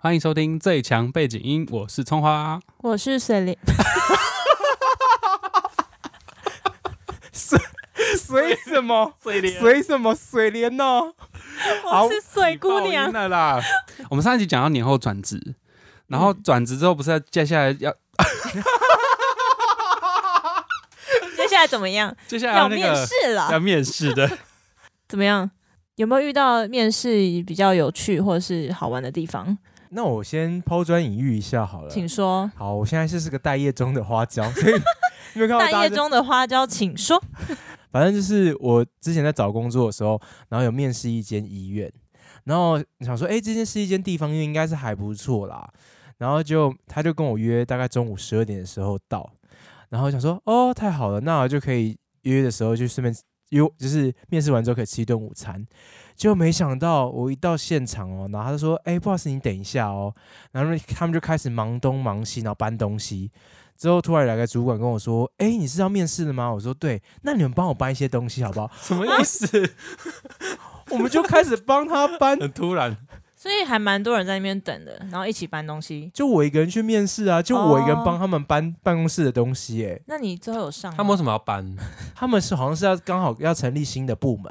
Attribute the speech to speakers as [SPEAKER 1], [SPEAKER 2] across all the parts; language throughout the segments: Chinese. [SPEAKER 1] 欢迎收听最强背景音，我是葱花。
[SPEAKER 2] 我是水灵，
[SPEAKER 3] 随什么？
[SPEAKER 1] 水莲
[SPEAKER 3] 随什么？水莲呢？ 好
[SPEAKER 2] 我是水姑
[SPEAKER 3] 你报应
[SPEAKER 2] 娘。
[SPEAKER 3] 了 啦！嗯
[SPEAKER 1] 我们上一集讲到年后转职，然后转职之后不是要接下来要
[SPEAKER 2] 接下来怎么 样？
[SPEAKER 1] 接下来
[SPEAKER 2] 要
[SPEAKER 1] 那
[SPEAKER 2] 面
[SPEAKER 1] 个
[SPEAKER 2] 试了
[SPEAKER 1] 要，面试的，
[SPEAKER 2] 怎么样？有没有遇到面试比较有趣或者是好玩的地方？
[SPEAKER 3] 那我先抛砖引玉一下好了。
[SPEAKER 2] 请说。
[SPEAKER 3] 好，我现在是是个待业中的花椒，所以 你有没有看到
[SPEAKER 2] 大
[SPEAKER 3] 大
[SPEAKER 2] 夜
[SPEAKER 3] 家就？
[SPEAKER 2] 中的花椒，请说。
[SPEAKER 3] 反正就是我之前在找工作的时候，然后有面试一间医院，然后想说，哎、这间是一间地方医院，应该是还不错啦。然后就他就跟我约大概中午十二点的时候到，然后想说，哦，太好了，那我就可以约的时候就顺便约，就是面试完之后可以吃一顿午餐。就没想到我一到现场哦，然后他就说，哎、不好意思，你等一下哦。然后他们就开始忙东忙西，然后搬东西。之后突然来个主管跟我说，哎、你是要面试的吗？我说对，那你们帮我搬一些东西好不好？
[SPEAKER 1] 什么意思？
[SPEAKER 3] 我们就开始帮他搬，
[SPEAKER 1] 很突然，
[SPEAKER 2] 所以还蛮多人在那边等的，然后一起搬东西。
[SPEAKER 3] 就我一个人去面试啊，就我一个人
[SPEAKER 2] 哦
[SPEAKER 3] 帮他们搬办公室的东西、欸。
[SPEAKER 2] 那你最后有上吗？
[SPEAKER 1] 他们为什么要搬？
[SPEAKER 3] 他们是好像是要刚好要成立新的部门，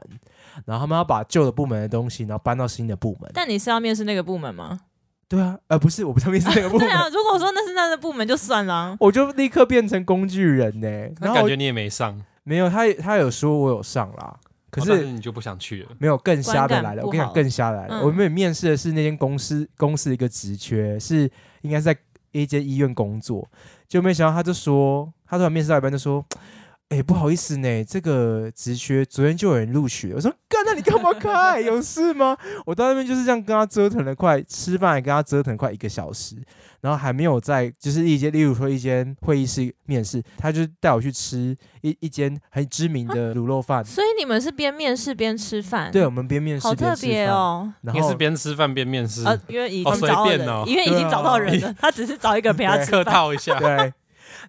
[SPEAKER 3] 然后他们要把旧的部门的东西，然后搬到新的部门。
[SPEAKER 2] 但你是要面试那个部门吗？
[SPEAKER 3] 对啊，呃，不是，我不是面试那个部
[SPEAKER 2] 对
[SPEAKER 3] 门，
[SPEAKER 2] 啊，如果说那是那个部门就算了啊。
[SPEAKER 3] 我就立刻变成工具人呢、
[SPEAKER 1] 那
[SPEAKER 3] 然
[SPEAKER 1] 感
[SPEAKER 3] 后
[SPEAKER 1] 觉你也没上，
[SPEAKER 3] 没有他，他有说我有上啦，可
[SPEAKER 1] 哦
[SPEAKER 3] 是
[SPEAKER 1] 但你就不想去了。
[SPEAKER 3] 没有更瞎的
[SPEAKER 2] 观感
[SPEAKER 3] 来了，
[SPEAKER 2] 不
[SPEAKER 3] 我跟你
[SPEAKER 2] 好
[SPEAKER 3] 讲更瞎的来了。
[SPEAKER 2] 嗯
[SPEAKER 3] 我们有面试的是那间公司公司的一个职缺，是应该是在一间医院工作，就没想到他就说，他突然面试到一半就说。 哎、不好意思呢，这个职缺昨天就有人录取了。我说干，那你干嘛开？有事吗？ 我到那边就是这样跟他折腾了快吃饭，也跟他折腾快一个小时，然后还没有在就是一间，例如说一间会议室面试，他就带我去吃一一间很知名的卤肉饭。
[SPEAKER 2] 所以你们是边面试边吃饭，
[SPEAKER 3] 对，我，们边面试
[SPEAKER 2] 嗯好
[SPEAKER 3] 边
[SPEAKER 2] 特
[SPEAKER 3] 吃
[SPEAKER 2] 别
[SPEAKER 3] 饭
[SPEAKER 2] 哦。
[SPEAKER 3] 然
[SPEAKER 1] 应该
[SPEAKER 3] 后
[SPEAKER 1] 是边吃饭边面试，
[SPEAKER 2] 呃，因为已
[SPEAKER 1] 好
[SPEAKER 2] 经
[SPEAKER 1] 随
[SPEAKER 2] 找到
[SPEAKER 1] 便
[SPEAKER 2] 人，
[SPEAKER 1] 哦
[SPEAKER 2] 因为已
[SPEAKER 3] 啊
[SPEAKER 2] 经找到 人了，他只是找一个陪他吃
[SPEAKER 1] 客
[SPEAKER 2] 饭。
[SPEAKER 1] 套 一下。
[SPEAKER 3] 对，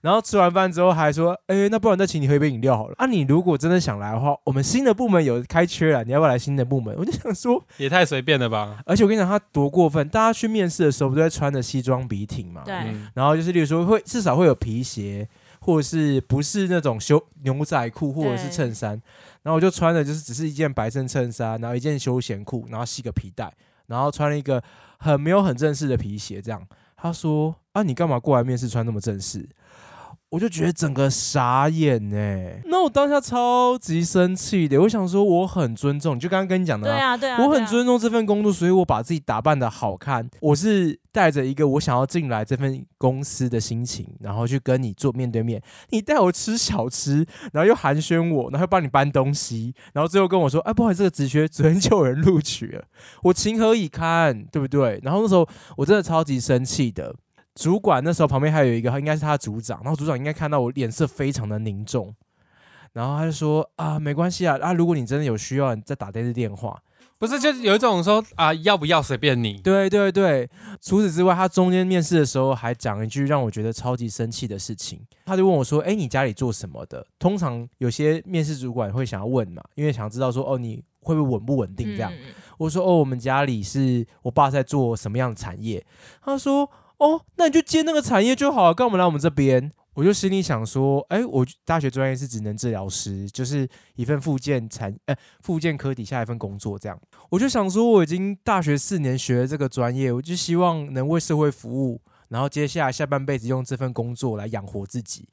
[SPEAKER 3] 然后吃完饭之后还说，哎、那不然再请你喝一杯饮料好了。啊，你如果真的想来的话，我们新的部门有开缺了，你要不要来新的部门？我就想说，
[SPEAKER 1] 也太随便了吧？
[SPEAKER 3] 而且我跟你讲，他多过分，大家去面试的时候不都在穿着西装笔挺嘛？
[SPEAKER 2] 对
[SPEAKER 1] 嗯，
[SPEAKER 3] 然后就是例如说会至少会有皮鞋，或者是不是那种休牛仔裤或者是
[SPEAKER 2] 对
[SPEAKER 3] 衬衫，然后我就穿的就是只是一件白衬衬衫，然后一件休闲裤，然后系个皮带，然后穿了一个很没有很正式的皮鞋这样。他说：“啊，你干嘛过来面试穿那么正式？”我就觉得整个傻眼哎、那我当下超级生气的，我想说我很尊重，就刚刚跟你讲的、
[SPEAKER 2] 对啊，对啊，
[SPEAKER 3] 我
[SPEAKER 2] 对
[SPEAKER 3] 很
[SPEAKER 2] 啊
[SPEAKER 3] 尊重这份工作，所以我把自己打扮的好看。我是带着一个我想要进来这份公司的心情，然后去跟你做面对面。你带我吃小吃，然后又寒暄我，然后又帮你搬东西，然后最后跟我说：“哎，不好意思，这个职缺昨天就有人录取了。”我情何以堪，对不对？然后那时候我真的超级生气的。主管那时候旁边还有一个，应该是他的组长，然后组长应该看到我脸色非常的凝重，然后他就说啊，没关系啊，啊，如果你真的有需要，你再打这次电话。
[SPEAKER 1] 不是，就是有一种说啊，要不要随便你。
[SPEAKER 3] 对对对，除此之外，他中间面试的时候还讲一句让我觉得超级生气的事情。他就问我说：“哎，你家里做什么的？”通常有些面试主管会想要问嘛，因为想要知道说哦你会不会稳不稳定这样。
[SPEAKER 2] 嗯
[SPEAKER 3] 我说：“哦，我们家里是我爸在做什么样的产业。”他说：“哦，那你就接那个产业就好了，干嘛来我们这边？”我就心里想说：“哎，我大学专业是职能治疗师，就是一份附件产呃附件科底下一份工作这样。”我就想说，我已经大学四年学了这个专业，我就希望能为社会服务，然后接下来下半辈子用这份工作来养活自己。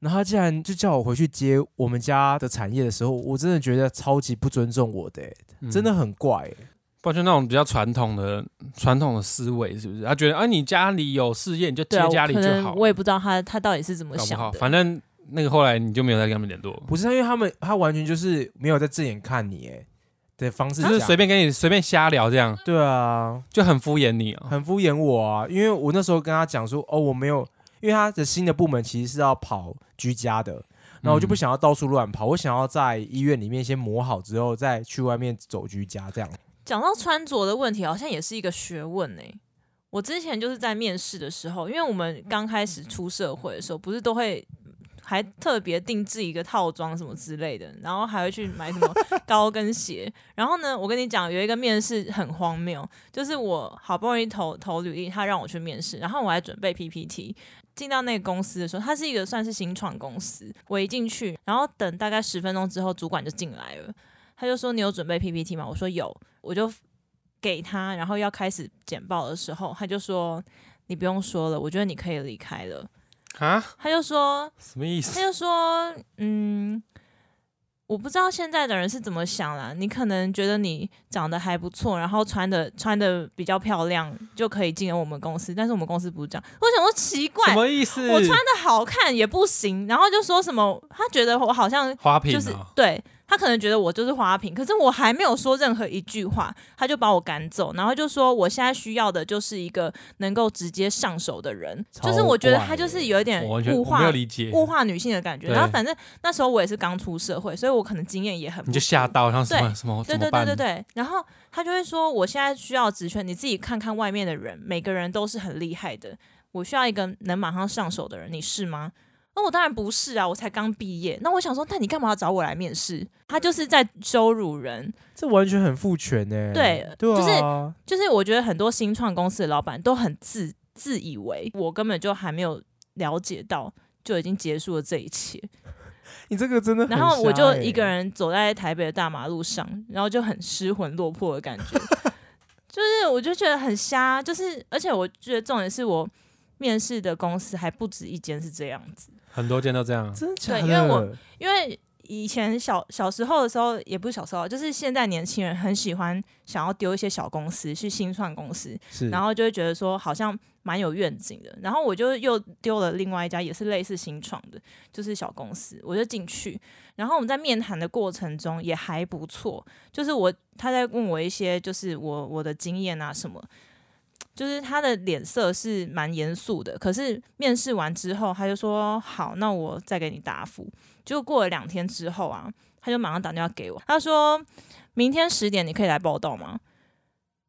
[SPEAKER 3] 然后他竟然就叫我回去接我们家的产业的时候，我真的觉得超级不尊重我的、欸
[SPEAKER 1] 嗯
[SPEAKER 3] 真的很怪、欸。
[SPEAKER 1] 抱就那种比较传统的传统的思维，是不是？他觉得啊，你家里有事业，你就接
[SPEAKER 2] 对啊，
[SPEAKER 1] 家里
[SPEAKER 2] 可
[SPEAKER 1] 就
[SPEAKER 2] 能
[SPEAKER 1] 好，
[SPEAKER 2] 我也不知道他他到底是怎么
[SPEAKER 1] 搞不好。
[SPEAKER 2] 想的。
[SPEAKER 1] 反正那个后来你就没有再跟他们联
[SPEAKER 2] 啊
[SPEAKER 1] 络，
[SPEAKER 3] 不是因为他们，他完全就是没有在正眼看你、欸，的方式
[SPEAKER 1] 就是
[SPEAKER 3] 讲
[SPEAKER 1] 随便跟你随便瞎聊，这样
[SPEAKER 3] 对啊，
[SPEAKER 1] 就很敷衍你哦。
[SPEAKER 3] 很敷衍我啊，因为我那时候跟他讲说，哦，我没有，因为他的新的部门其实是要跑居家的，然后
[SPEAKER 1] 嗯
[SPEAKER 3] 我就不想要到处乱跑，我想要在医院里面先磨好之后，再去外面走居家这样。
[SPEAKER 2] 讲到穿着的问题，好像也是一个学问欸呢、我之前就是在面试的时候，因为我们刚开始出社会的时候，不是都会还特别定制一个套装什么之类的，然后还会去买什么高跟鞋。然后呢，我跟你讲，有一个面试很荒谬，就是我好不容易投投履历，他让我去面试，然后我还准备 PPT。进到那个公司的时候，它是一个算是新创公司。我一进去，然后等大概十分钟之后，主管就进来了，他就说：“你有准备 PPT 吗？”我说：“有。”我就给他，然后要开始简报的时候，他就说：“你不用说了，我觉得你可以离开了。”
[SPEAKER 1] 啊，
[SPEAKER 2] 他就说，
[SPEAKER 1] 什么意
[SPEAKER 2] 他
[SPEAKER 1] 思？
[SPEAKER 2] 就说，嗯，我不知道现在的人是怎么想啦。你可能觉得你长得还不错，然后穿的穿的比较漂亮，就可以进入我们公司。但是我们公司不是这样。我想说奇怪
[SPEAKER 1] 什，么意思？
[SPEAKER 2] 我穿的好看也不行，然后就说什么，他觉得我好像
[SPEAKER 1] 花瓶
[SPEAKER 2] 就是
[SPEAKER 1] 啊，
[SPEAKER 2] 对他可能觉得我就是花瓶，可是我还没有说任何一句话，他就把我赶走，然后就说我现在需要的就是一个能够直接上手的人，
[SPEAKER 3] 超
[SPEAKER 2] 就是我觉得他就是有一点
[SPEAKER 1] 我完全
[SPEAKER 2] 物
[SPEAKER 1] 我没
[SPEAKER 2] 化
[SPEAKER 1] 有理解，
[SPEAKER 2] 物化女性的感觉。
[SPEAKER 1] 对
[SPEAKER 2] 然后反正那时候我也是刚出社会，所以我可能经验也很不
[SPEAKER 1] 你就吓到，像什么
[SPEAKER 2] 对
[SPEAKER 1] 什么
[SPEAKER 2] 对
[SPEAKER 1] 哦怎
[SPEAKER 2] 对对
[SPEAKER 1] 么办？
[SPEAKER 2] 对对，然后他就会说，我现在需要职权，你自己看看外面的人，每个人都是很厉害的，我需要一个能马上上手的人，你是吗？那我当然不是啊，我才刚毕业。那我想说，那你干嘛要找我来面试？他就是在羞辱人，
[SPEAKER 3] 这完全很父权呢、
[SPEAKER 2] 对
[SPEAKER 3] 对
[SPEAKER 2] 就是
[SPEAKER 3] 啊，
[SPEAKER 2] 就是我觉得很多新创公司的老板都很自自以为，我根本就还没有了解到，就已经结束了这一切。
[SPEAKER 3] 你这个真的 很瞎欸、
[SPEAKER 2] 然后我就一个人走在台北的大马路上，然后就很失魂落魄的感觉，就是我就觉得很瞎，就是而且我觉得重点是我面试的公司还不止一间是这样子，
[SPEAKER 1] 很多间都这样，
[SPEAKER 3] 真的假的？
[SPEAKER 2] 对因为我因为以前小小时候的时候，也不是小时候，就是现在年轻人很喜欢想要丢一些小公司去新创公司，
[SPEAKER 3] 是，
[SPEAKER 2] 然后就会觉得说好像蛮有愿景的。然后我就又丢了另外一家也是类似新创的，就是小公司，我就进去。然后我们在面谈的过程中也还不错，就是我他在问我一些就是我我的经验啊什么。就是他的脸色是蛮严肃的，可是面试完之后，他就说好，那我再给你答复。就过了两天之后啊，他就马上打电话给我，他说明天十点你可以来报道吗？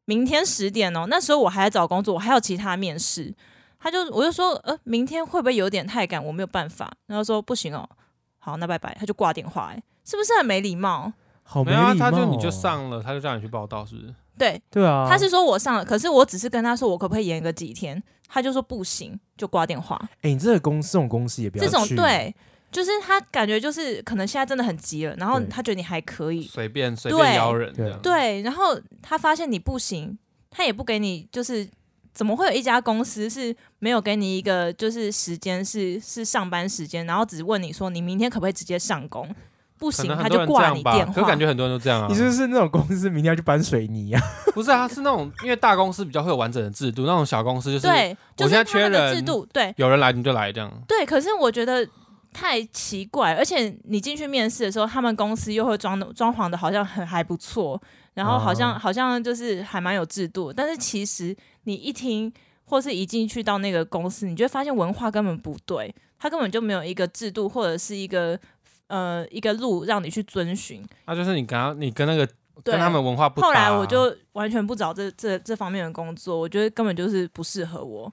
[SPEAKER 2] 明天十点哦，那时候我还在找工作，我还有其他面试。他就我就说，呃，明天会不会有点太赶？我没有办法。然后说不行哦，好，那拜拜。他就挂电话、哎，是不是很没礼貌？
[SPEAKER 3] 好
[SPEAKER 1] 没
[SPEAKER 3] 礼
[SPEAKER 1] 有
[SPEAKER 3] 貌、
[SPEAKER 1] 啊，
[SPEAKER 3] 哦
[SPEAKER 1] 他就你就，上了，他就让你去报道，是不是？
[SPEAKER 2] 对，
[SPEAKER 3] 对啊，
[SPEAKER 2] 他是说我上了，可是我只是跟他说我可不可以延个几天，他就说不行，就挂电话。
[SPEAKER 3] 哎、你这个公司这种公司也不要
[SPEAKER 2] 这种
[SPEAKER 3] 去，
[SPEAKER 2] 对，就是他感觉就是可能现在真的很急了，然后
[SPEAKER 3] 对
[SPEAKER 2] 他觉得你还可以，
[SPEAKER 1] 随便随便邀人
[SPEAKER 3] 对
[SPEAKER 1] 这样，
[SPEAKER 2] 对，然后他发现你不行，他也不给你，就是怎么会有一家公司是没有给你一个就是时间是是上班时间，然后只问你说你明天可不可以直接上工？不
[SPEAKER 1] 可
[SPEAKER 2] 行，
[SPEAKER 1] 能
[SPEAKER 2] 他
[SPEAKER 1] 很多
[SPEAKER 2] 就
[SPEAKER 1] 人这
[SPEAKER 2] 挂
[SPEAKER 1] 样
[SPEAKER 2] 你
[SPEAKER 1] 吧。
[SPEAKER 2] 电
[SPEAKER 1] 可
[SPEAKER 2] 话。
[SPEAKER 1] 感觉很多人都这样啊。
[SPEAKER 3] 你是不是那种公司明天要去搬水泥啊？
[SPEAKER 1] 不是啊？是那种因为大公司比较会有完整的制度，那种小公司就是
[SPEAKER 2] 对，
[SPEAKER 1] 我
[SPEAKER 2] 就
[SPEAKER 1] 现在
[SPEAKER 2] 是他
[SPEAKER 1] 缺
[SPEAKER 2] 们的
[SPEAKER 1] 人
[SPEAKER 2] 制度，对
[SPEAKER 1] 有人来你就来这样。
[SPEAKER 2] 对。可是我觉得太奇怪，而且你进去面试的时候，他们公司又会装得装潢的好像很还不错，然后好
[SPEAKER 1] 哦
[SPEAKER 2] 像、
[SPEAKER 3] 啊
[SPEAKER 2] 好像就是还蛮有制度，但是其实你一听或是一进去到那个公司，你就会发现文化根本不对，它根本就没有一个制度或者是一个呃一个路让你去遵循。
[SPEAKER 1] 那就是你跟他你跟那个
[SPEAKER 2] 对
[SPEAKER 1] 跟他们文化不搭啊。
[SPEAKER 2] 后来我就完全不找这这这方面的工作，我觉得根本就是不适合我。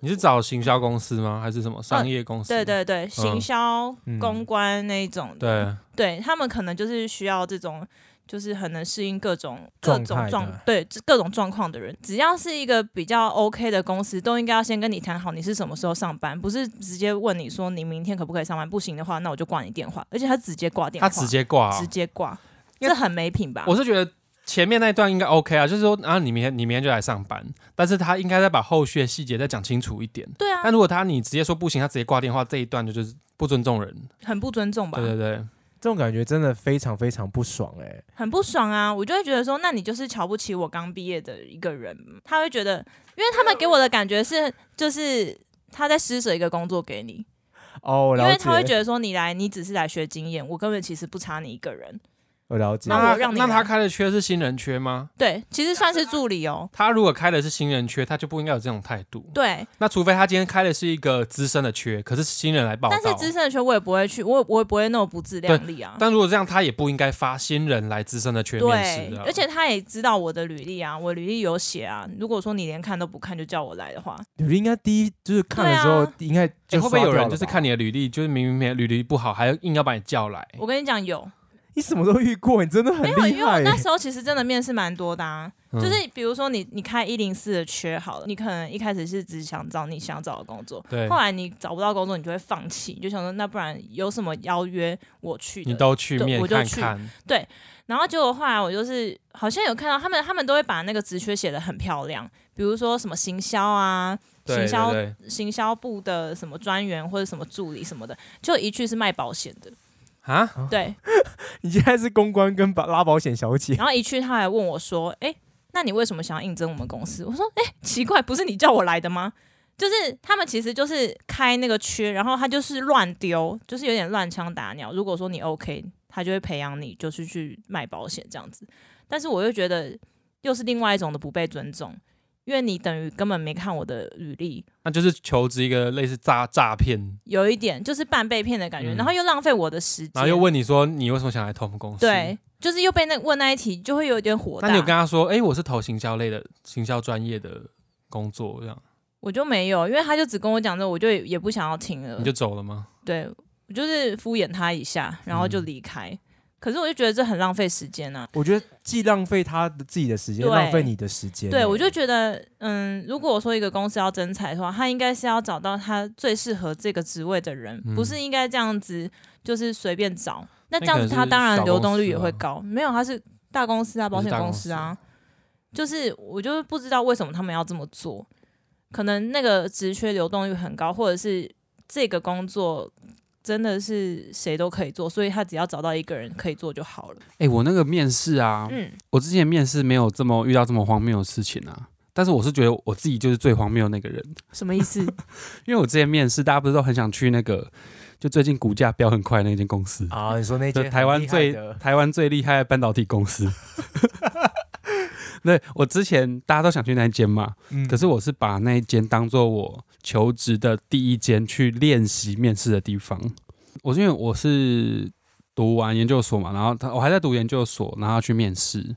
[SPEAKER 1] 你是找行销公司吗？还是什么商业公司？
[SPEAKER 2] 呃对对对，行销、
[SPEAKER 3] 嗯
[SPEAKER 2] 公关那一种的，
[SPEAKER 1] 对，
[SPEAKER 2] 对他们可能就是需要这种，就是很能适应各种各
[SPEAKER 3] 状态
[SPEAKER 2] 种
[SPEAKER 3] 的
[SPEAKER 2] 状对这各种状况的人。只要是一个比较 OK 的公司，都应该要先跟你谈好你是什么时候上班，不是直接问你说你明天可不可以上班，不行的话，那我就挂你电话。而且他直接挂电话，
[SPEAKER 1] 他直接挂啊、
[SPEAKER 2] 直接挂，
[SPEAKER 1] 因为
[SPEAKER 2] 这很没品吧？
[SPEAKER 1] 我是觉得前面那一段应该 OK 啊，就是说啊，你明天你明天就来上班，但是他应该再把后续的细节再讲清楚一点。
[SPEAKER 2] 对啊
[SPEAKER 1] 但，如果他你直接说不行，他直接挂电话，这一段就就是不尊重人。
[SPEAKER 2] 很不尊重吧
[SPEAKER 1] 对？对对，
[SPEAKER 3] 这种感觉真的非常非常不爽哎、
[SPEAKER 2] 很不爽啊！我就会觉得说，那你就是瞧不起我刚毕业的一个人。他会觉得，因为他们给我的感觉是，就是他在施舍一个工作给你，
[SPEAKER 3] 哦，我
[SPEAKER 2] 因
[SPEAKER 3] 了
[SPEAKER 2] 为
[SPEAKER 3] 解，
[SPEAKER 2] 他会觉得说你来，你只是来学经验，我根本其实不差你一个人。
[SPEAKER 3] 我了解
[SPEAKER 2] 那。
[SPEAKER 1] 他
[SPEAKER 2] 我让你
[SPEAKER 1] 那
[SPEAKER 2] 来
[SPEAKER 1] 他开的缺是新人缺吗？
[SPEAKER 2] 对，其实算是助理哦。
[SPEAKER 1] 他如果开的是新人缺，他就不应该有这种态度。
[SPEAKER 2] 对，
[SPEAKER 1] 那除非他今天开的是一个资深的缺，可是新人来报道。
[SPEAKER 2] 但是资深的圈我也不会去，我也我也不会那么不自量力啊。
[SPEAKER 1] 但如果这样，他也不应该发新人来资深的缺面
[SPEAKER 2] 对
[SPEAKER 1] 试啊。，
[SPEAKER 2] 而且他也知道我的履历啊，我履历有写啊。如果说你连看都不看就叫我来的话，
[SPEAKER 3] 你应该第一就是看的时候
[SPEAKER 2] 对啊，
[SPEAKER 3] 应
[SPEAKER 4] 欸
[SPEAKER 3] 该
[SPEAKER 1] 诶
[SPEAKER 3] 就
[SPEAKER 1] 会不会有
[SPEAKER 3] 刷掉
[SPEAKER 1] 人
[SPEAKER 3] 了
[SPEAKER 1] 就是
[SPEAKER 3] 吧
[SPEAKER 1] 看你的履历，就是明明没履历不好，还硬要把你叫来？
[SPEAKER 2] 我跟你讲有，
[SPEAKER 3] 你什么都遇过，你真的很
[SPEAKER 2] 没有，
[SPEAKER 3] 厉
[SPEAKER 2] 因为我
[SPEAKER 3] 害欸
[SPEAKER 2] 那
[SPEAKER 3] 耶。
[SPEAKER 2] 时候其实真的面试蛮多的啊。
[SPEAKER 1] 嗯
[SPEAKER 2] 就是比如说你你开一零四的缺好了，你可能一开始是只想找你想找的工作，
[SPEAKER 1] 对
[SPEAKER 2] 后，来你找不到工作，你就会放弃，你就想说那不然有什么邀约我去的
[SPEAKER 1] 你都去
[SPEAKER 2] 对
[SPEAKER 1] 面
[SPEAKER 2] 我就
[SPEAKER 1] 看
[SPEAKER 2] 去
[SPEAKER 1] 看，
[SPEAKER 2] 然后结果后来我就是好像有看到他们，他们都会把那个职缺写的很漂亮，比如说什么行销啊、
[SPEAKER 1] 对
[SPEAKER 2] 行销
[SPEAKER 1] 对对
[SPEAKER 2] 行销部的什么专员或者什么助理什么的，就一句是卖保险的，
[SPEAKER 1] 啊，
[SPEAKER 2] 对。
[SPEAKER 3] 你现在是公关跟保拉保险小姐，
[SPEAKER 2] 然后一去他还问我说：“哎、那你为什么想要应征我们公司？”我说：“哎、奇怪，不是你叫我来的吗？”就是他们其实就是开那个缺，然后他就是乱丢，就是有点乱枪打鸟。如果说你 OK，他就会培养你，就是去卖保险这样子。但是我又觉得又是另外一种的不被尊重，因为你等于根本没看我的履历，
[SPEAKER 1] 那就是求职一个类似诈诈骗，
[SPEAKER 2] 有一点就是半被骗的感觉，
[SPEAKER 1] 嗯
[SPEAKER 2] 然后又浪费我的时间，
[SPEAKER 1] 然后又问你说你为什么想来投我们公司？
[SPEAKER 2] 对，，就是又被那问那一题，就会有点火大。
[SPEAKER 1] 那你有跟他说，哎、我是投行销类的，行销专业的工作，这样
[SPEAKER 2] 我就没有，因为他就只跟我讲这，我就也也不想要听了
[SPEAKER 1] 你。就走了吗？
[SPEAKER 2] 对，我就是敷衍他一下，然后就
[SPEAKER 1] 嗯
[SPEAKER 2] 离开。可是我就觉得这很浪费时间啊。
[SPEAKER 3] 我觉得既浪费他的自己的时间，
[SPEAKER 2] 对
[SPEAKER 3] 浪费你的时间。欸
[SPEAKER 2] 对，我就觉得，嗯，如果我说一个公司要征才的话，他应该是要找到他最适合这个职位的人，
[SPEAKER 1] 嗯
[SPEAKER 2] 不是应该这样子就是随便找。那这样
[SPEAKER 1] 那可能
[SPEAKER 2] 子，
[SPEAKER 1] 是
[SPEAKER 2] 他当然流动率也会
[SPEAKER 1] 小
[SPEAKER 2] 高。没有，他是大公司啊，保险公司啊， 就是我就是不知道为什么他们要这么做，可能那个职缺流动率很高，或者是这个工作。真的是谁都可以做，所以他只要找到一个人可以做就好了。
[SPEAKER 4] 哎、我那个面试啊，
[SPEAKER 2] 嗯，
[SPEAKER 4] 我之前面试没有这么遇到这么荒谬的事情啊。但是我是觉得我自己就是最荒谬的那个人，
[SPEAKER 2] 什么意思？
[SPEAKER 4] 因为我之前面试，大家不是都很想去那个，就最近股价飙很快那间公司，
[SPEAKER 3] 啊，你说那
[SPEAKER 4] 就
[SPEAKER 3] 间
[SPEAKER 4] 台湾
[SPEAKER 3] 很厉害
[SPEAKER 4] 最
[SPEAKER 3] 的
[SPEAKER 4] 台湾最厉害的半导体公 司。对，我之前大家都想去那一间嘛，
[SPEAKER 3] 嗯
[SPEAKER 4] 可是我是把那一间当做我求职的第一间去练习面试的地方。我是因为我是读完研究所嘛，然后他我还在读研究所，然后去面试，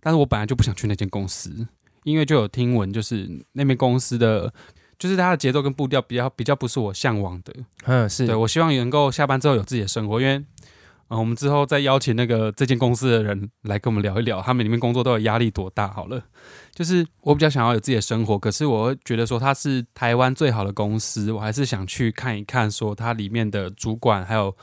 [SPEAKER 4] 但是我本来就不想去那间公司，因为就有听闻就是那边公司的。就是它的节奏跟步调比较比较不是我向往的，
[SPEAKER 3] 嗯是
[SPEAKER 4] 对我希望能够下班之后有自己的生活，因为嗯、呃我们之后再邀请那个这间公司的人来跟我们聊一聊，他们里面工作都有压力多大。好了，就是我比较想要有自己的生活，可是我会觉得说它是台湾最好的公司，我还是想去看一看，说它里面的主管还有。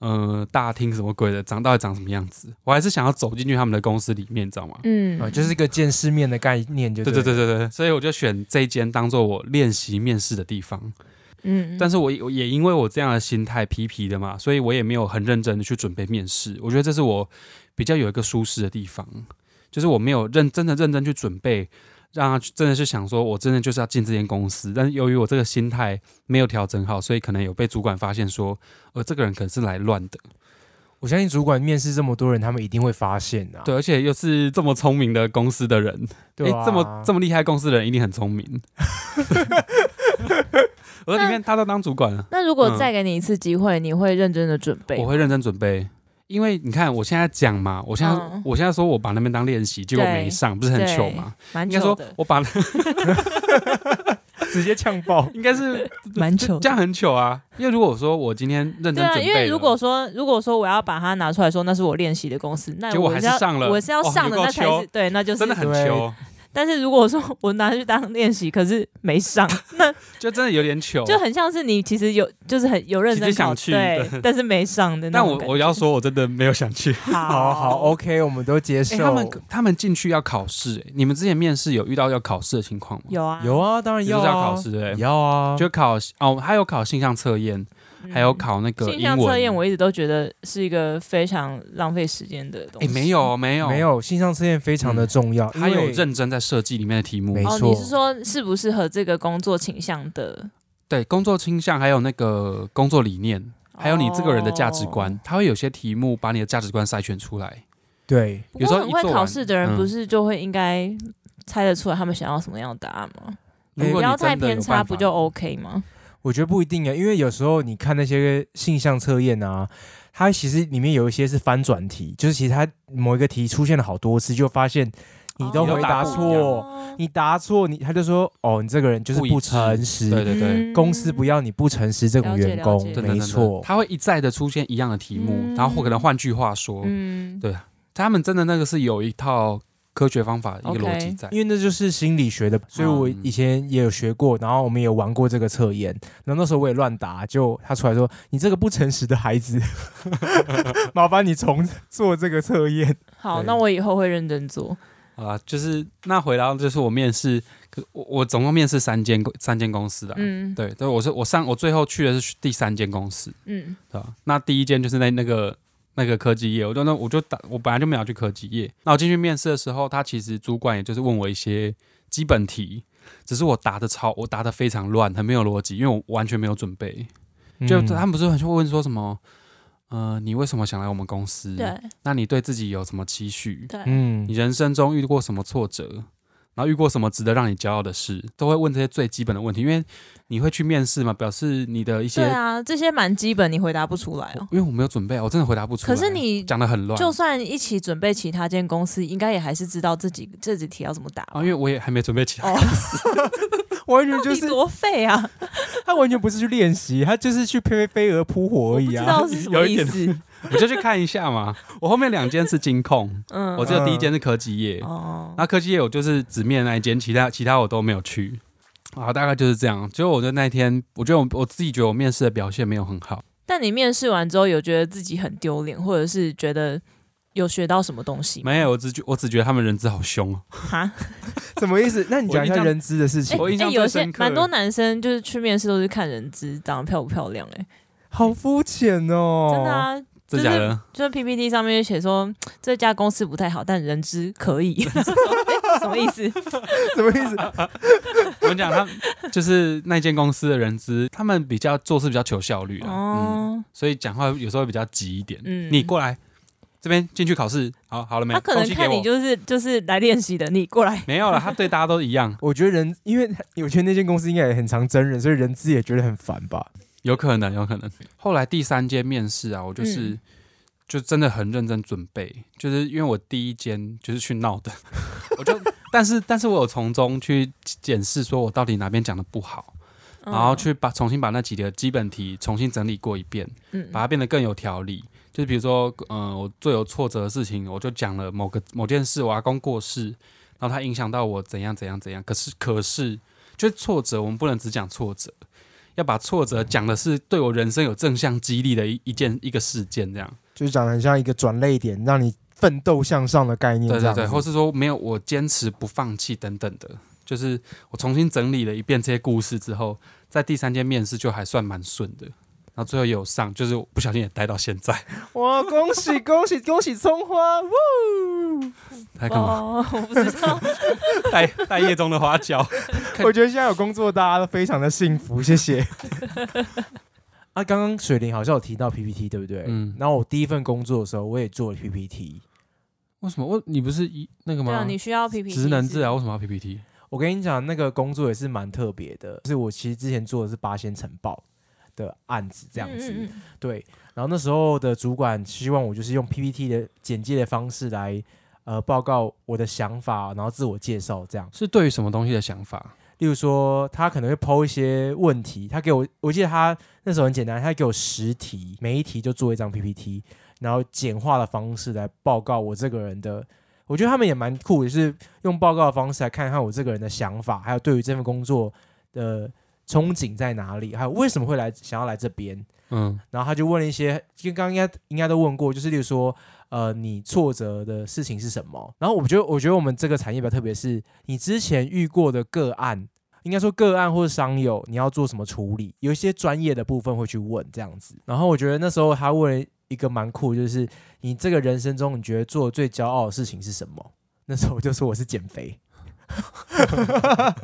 [SPEAKER 4] 呃，大厅什么鬼的，长到底长什么样子？我还是想要走进去他们的公司里面，你知道吗？
[SPEAKER 2] 嗯
[SPEAKER 3] 啊，就是一个见世面的概念，就
[SPEAKER 4] 对对
[SPEAKER 3] 对
[SPEAKER 4] 对
[SPEAKER 3] 了，
[SPEAKER 4] 对对，所以我就选这一间当做我练习面试的地方。
[SPEAKER 2] 嗯
[SPEAKER 4] 但是我也我也因为我这样的心态皮皮的嘛，所以我也没有很认真的去准备面试。我觉得这是我比较有一个舒适的地方，就是我没有认真的认真去准备，让他去真的是想说我真的就是要进这间公司。但是由于我这个心态没有调整好，所以可能有被主管发现说，呃，这个人可能是来乱的。
[SPEAKER 3] 我相信主管面试这么多人，他们一定会发现啊。
[SPEAKER 4] 对，而且又是这么聪明的公司的人，
[SPEAKER 3] 对
[SPEAKER 4] 诶
[SPEAKER 3] 啊，
[SPEAKER 4] 这么这么厉害的公司的人一定很聪 明。我说里面他都当主管了。
[SPEAKER 2] 那如
[SPEAKER 4] 果再
[SPEAKER 2] 给你一次机会，你会认真的准备
[SPEAKER 4] 嗯我会认真准备，因为你看我现在讲嘛，我现在、
[SPEAKER 2] 嗯
[SPEAKER 4] 我现在说我把那边当练习，结果没上，不是很糗吗？
[SPEAKER 2] 蛮
[SPEAKER 4] 应该说我把，
[SPEAKER 3] 直接呛爆
[SPEAKER 4] 应该是
[SPEAKER 2] 蛮糗
[SPEAKER 4] 这样很糗啊，因为如果说我今天认真
[SPEAKER 2] 对
[SPEAKER 4] 准备了，
[SPEAKER 2] 啊，因为如果说如果说我要把它拿出来说，那是我练习的公司，那
[SPEAKER 4] 结果
[SPEAKER 2] 我
[SPEAKER 4] 还
[SPEAKER 2] 是要
[SPEAKER 4] 是上了
[SPEAKER 2] 我是要
[SPEAKER 4] 哇
[SPEAKER 2] 上
[SPEAKER 4] 有
[SPEAKER 2] 的，
[SPEAKER 4] 够
[SPEAKER 2] 那才
[SPEAKER 4] 糗
[SPEAKER 2] 是对，那就是
[SPEAKER 4] 真的很
[SPEAKER 3] 对
[SPEAKER 4] 糗，
[SPEAKER 2] 但是如果说我拿去当练习，可是没 上，
[SPEAKER 4] 哦
[SPEAKER 2] 那
[SPEAKER 4] 就真的有点糗。
[SPEAKER 2] 就很像是你其实有就是很有认
[SPEAKER 4] 其实
[SPEAKER 2] 真
[SPEAKER 4] 想
[SPEAKER 2] 考
[SPEAKER 4] 去
[SPEAKER 2] 对，但是没上的那
[SPEAKER 4] 但
[SPEAKER 2] 种
[SPEAKER 4] 我
[SPEAKER 2] 感觉。
[SPEAKER 4] 我要说，我真的没有想去。
[SPEAKER 3] 好
[SPEAKER 2] 好
[SPEAKER 3] 好 OK，我们都接
[SPEAKER 4] 哎、
[SPEAKER 3] 受。
[SPEAKER 4] 他们他们进去要考试、哎，你们之前面试有遇到要考试的情况吗？
[SPEAKER 2] 有啊
[SPEAKER 3] 有啊，当然
[SPEAKER 4] 你是不
[SPEAKER 3] 要
[SPEAKER 4] 是要
[SPEAKER 3] 啊
[SPEAKER 4] 考试，对不对
[SPEAKER 3] 要啊，
[SPEAKER 4] 就考哦，还有考性向测验，还有考那个
[SPEAKER 2] 性
[SPEAKER 4] 英
[SPEAKER 2] 向
[SPEAKER 4] 文
[SPEAKER 2] 嗯测验，我一直都觉得是一个非常浪费时间的东
[SPEAKER 4] 哎、
[SPEAKER 2] 西。
[SPEAKER 4] 没有没有嗯
[SPEAKER 3] 没，有性向测验非常的重要，
[SPEAKER 4] 他
[SPEAKER 3] 因为
[SPEAKER 4] 有认真在设计里面的题目，
[SPEAKER 3] 没
[SPEAKER 2] 哦，
[SPEAKER 3] 错
[SPEAKER 2] 你是说适不适合这个工作倾向的？
[SPEAKER 4] 对工作倾向，还有那
[SPEAKER 2] 哦
[SPEAKER 3] 哦
[SPEAKER 4] 个工作理念，还有你这个人的价值观，他会有些题目把你的价值观筛选出来。
[SPEAKER 3] 对，
[SPEAKER 2] 不
[SPEAKER 4] 有时
[SPEAKER 2] 过
[SPEAKER 4] 候
[SPEAKER 2] 很
[SPEAKER 4] 一
[SPEAKER 2] 会
[SPEAKER 4] 做
[SPEAKER 2] 考
[SPEAKER 4] 完
[SPEAKER 2] 试的人
[SPEAKER 4] 嗯
[SPEAKER 2] 不是就会应该猜得出来他们想要什么样的答案吗？
[SPEAKER 4] 如
[SPEAKER 2] 不
[SPEAKER 4] 果你
[SPEAKER 2] 要
[SPEAKER 4] 真的
[SPEAKER 2] 太
[SPEAKER 4] 有
[SPEAKER 2] 偏
[SPEAKER 4] 办
[SPEAKER 2] 差，
[SPEAKER 4] 法
[SPEAKER 2] 不就 OK 吗？
[SPEAKER 3] 我觉得不一定啊，因为有时候你看那些性向测验啊，它其实里面有一些是翻转题，就是其实它某一个题出现了好多次，就发现你都
[SPEAKER 4] 哦
[SPEAKER 3] 回答
[SPEAKER 4] 你都
[SPEAKER 3] 错，你答错，你他就说哦，你这个人就是
[SPEAKER 4] 不一致
[SPEAKER 3] 不诚实，
[SPEAKER 4] 对对
[SPEAKER 1] 嗯
[SPEAKER 2] 嗯
[SPEAKER 4] 对，
[SPEAKER 3] 公司不要你不诚实这种员
[SPEAKER 2] 了解
[SPEAKER 3] 工
[SPEAKER 2] 了，
[SPEAKER 4] 真
[SPEAKER 2] 解
[SPEAKER 4] 的
[SPEAKER 3] 没错，
[SPEAKER 4] 他会一再的出现一样的题目，
[SPEAKER 2] 嗯
[SPEAKER 4] 然后可能换句话说，
[SPEAKER 2] 嗯，
[SPEAKER 4] 他们真的那个是有一套科学方法一个
[SPEAKER 2] OK
[SPEAKER 4] 逻辑在。
[SPEAKER 3] 因为那就是心理学的，所以我
[SPEAKER 4] 嗯
[SPEAKER 3] 以前也有学过，然后我们也玩过这个测验，然后那时候我也乱答，就他出来说你这个不诚实的孩子， 麻烦你重做这个测验。
[SPEAKER 2] 好，
[SPEAKER 4] 对
[SPEAKER 2] 那我以后会认真做。
[SPEAKER 4] 好啦，就是那回到就是我面试，可我我总共面试三间公三间公司的、
[SPEAKER 2] 嗯
[SPEAKER 4] 对，对，我是我上我最后去的是第三间公司，
[SPEAKER 2] 嗯
[SPEAKER 4] 对吧？那第一间就是那那个那个科技业，我就那我就打我本来就没有去科技业，那我进去面试的时候，他其实主管也就是问我一些基本题，只是我答的超我答的非常乱，很没有逻辑，因为我完全没有准备。就
[SPEAKER 3] 嗯
[SPEAKER 4] 他们不是很会问说什么，呃，你为什么想来我们公司？
[SPEAKER 2] 对
[SPEAKER 4] 那你对自己有什么期许？
[SPEAKER 2] 对，
[SPEAKER 3] 嗯
[SPEAKER 4] 你人生中遇过什么挫折？然后遇过什么值得让你骄傲的事？都会问这些最基本的问题，因为你会去面试嘛，表示你的一些，
[SPEAKER 2] 对啊，这些蛮基本，你回答不出来哦。
[SPEAKER 4] 因为我没有准备，啊我真的回答不出来。
[SPEAKER 2] 可是你
[SPEAKER 4] 讲的很乱，
[SPEAKER 2] 就算一起准备其他间公司，应该也还是知道自己这几题要怎么答吧。
[SPEAKER 4] 啊，因为我也还没准备起 来。
[SPEAKER 2] 哦，
[SPEAKER 3] 完全
[SPEAKER 2] 到
[SPEAKER 3] 就
[SPEAKER 2] 底
[SPEAKER 3] 是
[SPEAKER 2] 多废啊！
[SPEAKER 3] 他完全不是去练习，他就是去飞飞蛾扑火而
[SPEAKER 2] 不
[SPEAKER 3] 已
[SPEAKER 2] 知
[SPEAKER 3] 啊。
[SPEAKER 2] 道是什
[SPEAKER 4] 有
[SPEAKER 2] 么
[SPEAKER 4] 一
[SPEAKER 2] 意
[SPEAKER 4] 点
[SPEAKER 2] 思。
[SPEAKER 4] 我就去看一下 嘛。我后面两间是金控，
[SPEAKER 2] 嗯，
[SPEAKER 4] 我只有第一间是科技业，
[SPEAKER 2] 哦，
[SPEAKER 4] 那科技业我就是只面那一间，其他其他我都没有去。啊，大概就是这样。结果我就那一天，我觉得我我自己觉得我面试的表现没有很好。
[SPEAKER 2] 但你面试完之后有觉得自己很丢脸，或者是觉得有学到什么东西吗？
[SPEAKER 4] 没有，我只觉我只觉得他们人资好凶哦。
[SPEAKER 2] 哈，
[SPEAKER 3] 什么意思？那你讲一
[SPEAKER 4] 我印
[SPEAKER 3] 下
[SPEAKER 4] 象
[SPEAKER 3] 人资的事情
[SPEAKER 4] 我，印
[SPEAKER 2] 哎、
[SPEAKER 4] 象
[SPEAKER 2] 有
[SPEAKER 4] 最
[SPEAKER 2] 些
[SPEAKER 4] 深刻，
[SPEAKER 2] 蛮多男生就是去面试都是看人资长得漂不漂亮、欸，
[SPEAKER 3] 好肤浅哦。
[SPEAKER 2] 真的，啊，
[SPEAKER 4] 真假的？
[SPEAKER 2] 就是 PPT 上面就写说这家公司不太好，但人资可以， 就说欸什么意 思？
[SPEAKER 4] 嗯
[SPEAKER 3] 什么意思？
[SPEAKER 4] 我跟你讲，他们就是那间公司的人资，他们比较做事比较求效率啊，嗯，
[SPEAKER 2] 哦，
[SPEAKER 4] 所以讲话有时候会比较急一点。
[SPEAKER 2] 嗯
[SPEAKER 4] 你过来这边进去考试，好好了没？
[SPEAKER 2] 他可能
[SPEAKER 4] 东西给
[SPEAKER 2] 看
[SPEAKER 4] 我
[SPEAKER 2] 你就是就是来练习的，你过来，
[SPEAKER 4] 没有了，他对大家都一样，
[SPEAKER 3] 我觉得人，因为他我觉得那间公司应该也很常真人，所以人资也觉得很烦吧。
[SPEAKER 4] 有可能，有可能。后来第三间面试啊，我就是、
[SPEAKER 2] 嗯
[SPEAKER 4] 就真的很认真准备，就是因为我第一间就是去闹的， 我就但是但是我有从中去检视说我到底哪边讲的不好，
[SPEAKER 2] 嗯
[SPEAKER 4] 然后去把重新把那几个基本题重新整理过一遍，
[SPEAKER 2] 嗯
[SPEAKER 4] 把它变得更有条理。就是比如说，嗯、我最有挫折的事情，我就讲了某个某件事，我阿公过世，然后它影响到我怎样怎样怎样。可是可是，就是挫折，我们不能只讲挫折，要把挫折讲的是对我人生有正向激励的一一件一个事件，这样。
[SPEAKER 3] 就是讲的很像一个转类点，让你奋斗向上的概念，
[SPEAKER 4] 对
[SPEAKER 3] 嗯这
[SPEAKER 4] 对
[SPEAKER 3] 样
[SPEAKER 4] 对，
[SPEAKER 3] 子
[SPEAKER 4] 或是说没有我坚持不放弃等等的，就是我重新整理了一遍这些故事之后，在第三间面试就还算蛮顺的，然后最后也有上，就是我不小心也待到现在，
[SPEAKER 3] 哇，恭喜 恭喜恭喜葱花！哇，
[SPEAKER 4] 还干嘛？
[SPEAKER 2] 哦，我不知 道，
[SPEAKER 4] 待待业中的花 椒。
[SPEAKER 3] 我觉得现在有工作，大家都非常的幸福，谢谢。啊，刚刚水灵好像有提到 PPT，对不对？
[SPEAKER 4] 嗯
[SPEAKER 3] 然后我第一份工作的时候，我也做了 PPT。
[SPEAKER 4] 为什么？我你不是一那个
[SPEAKER 2] 对啊，
[SPEAKER 4] 吗？
[SPEAKER 2] 你需要 PPT
[SPEAKER 4] 职能治
[SPEAKER 2] 是
[SPEAKER 4] 疗为什么要 PPT？
[SPEAKER 3] 我跟你讲，那个工作也是蛮特别的，就是我其实之前做的是八仙城堡的案子，这样子。
[SPEAKER 2] 嗯嗯嗯
[SPEAKER 3] 对，然后那时候的主管希望我就是用 PPT 的简介的方式来呃报告我的想法，然后自我介绍这样。
[SPEAKER 4] 是对于什么东西的想法？
[SPEAKER 3] 例如说，他可能会抛一些问题，他给我，我记得他那时候很简单，他给我十题，每一题就做一张 PPT，然后简化的方式来报告我这个人的。我觉得他们也蛮酷的，就是用报告的方式来看看我这个人的想法，还有对于这份工作的憧憬在哪里，还有为什么会来想要来这边。
[SPEAKER 4] 嗯，
[SPEAKER 3] 然后他就问了一些，就刚刚应该应该都问过，就是例如说，呃，你挫折的事情是什么？然后我觉得，我觉得我们这个产业比较特别是，你之前遇过的个案，应该说个案或者商友，你要做什么处理？有一些专业的部分会去问这样子。然后我觉得那时候他问了一个蛮酷的，就是你这个人生中你觉得做最骄傲的事情是什么？那时候我就说我是减肥。
[SPEAKER 2] 嗯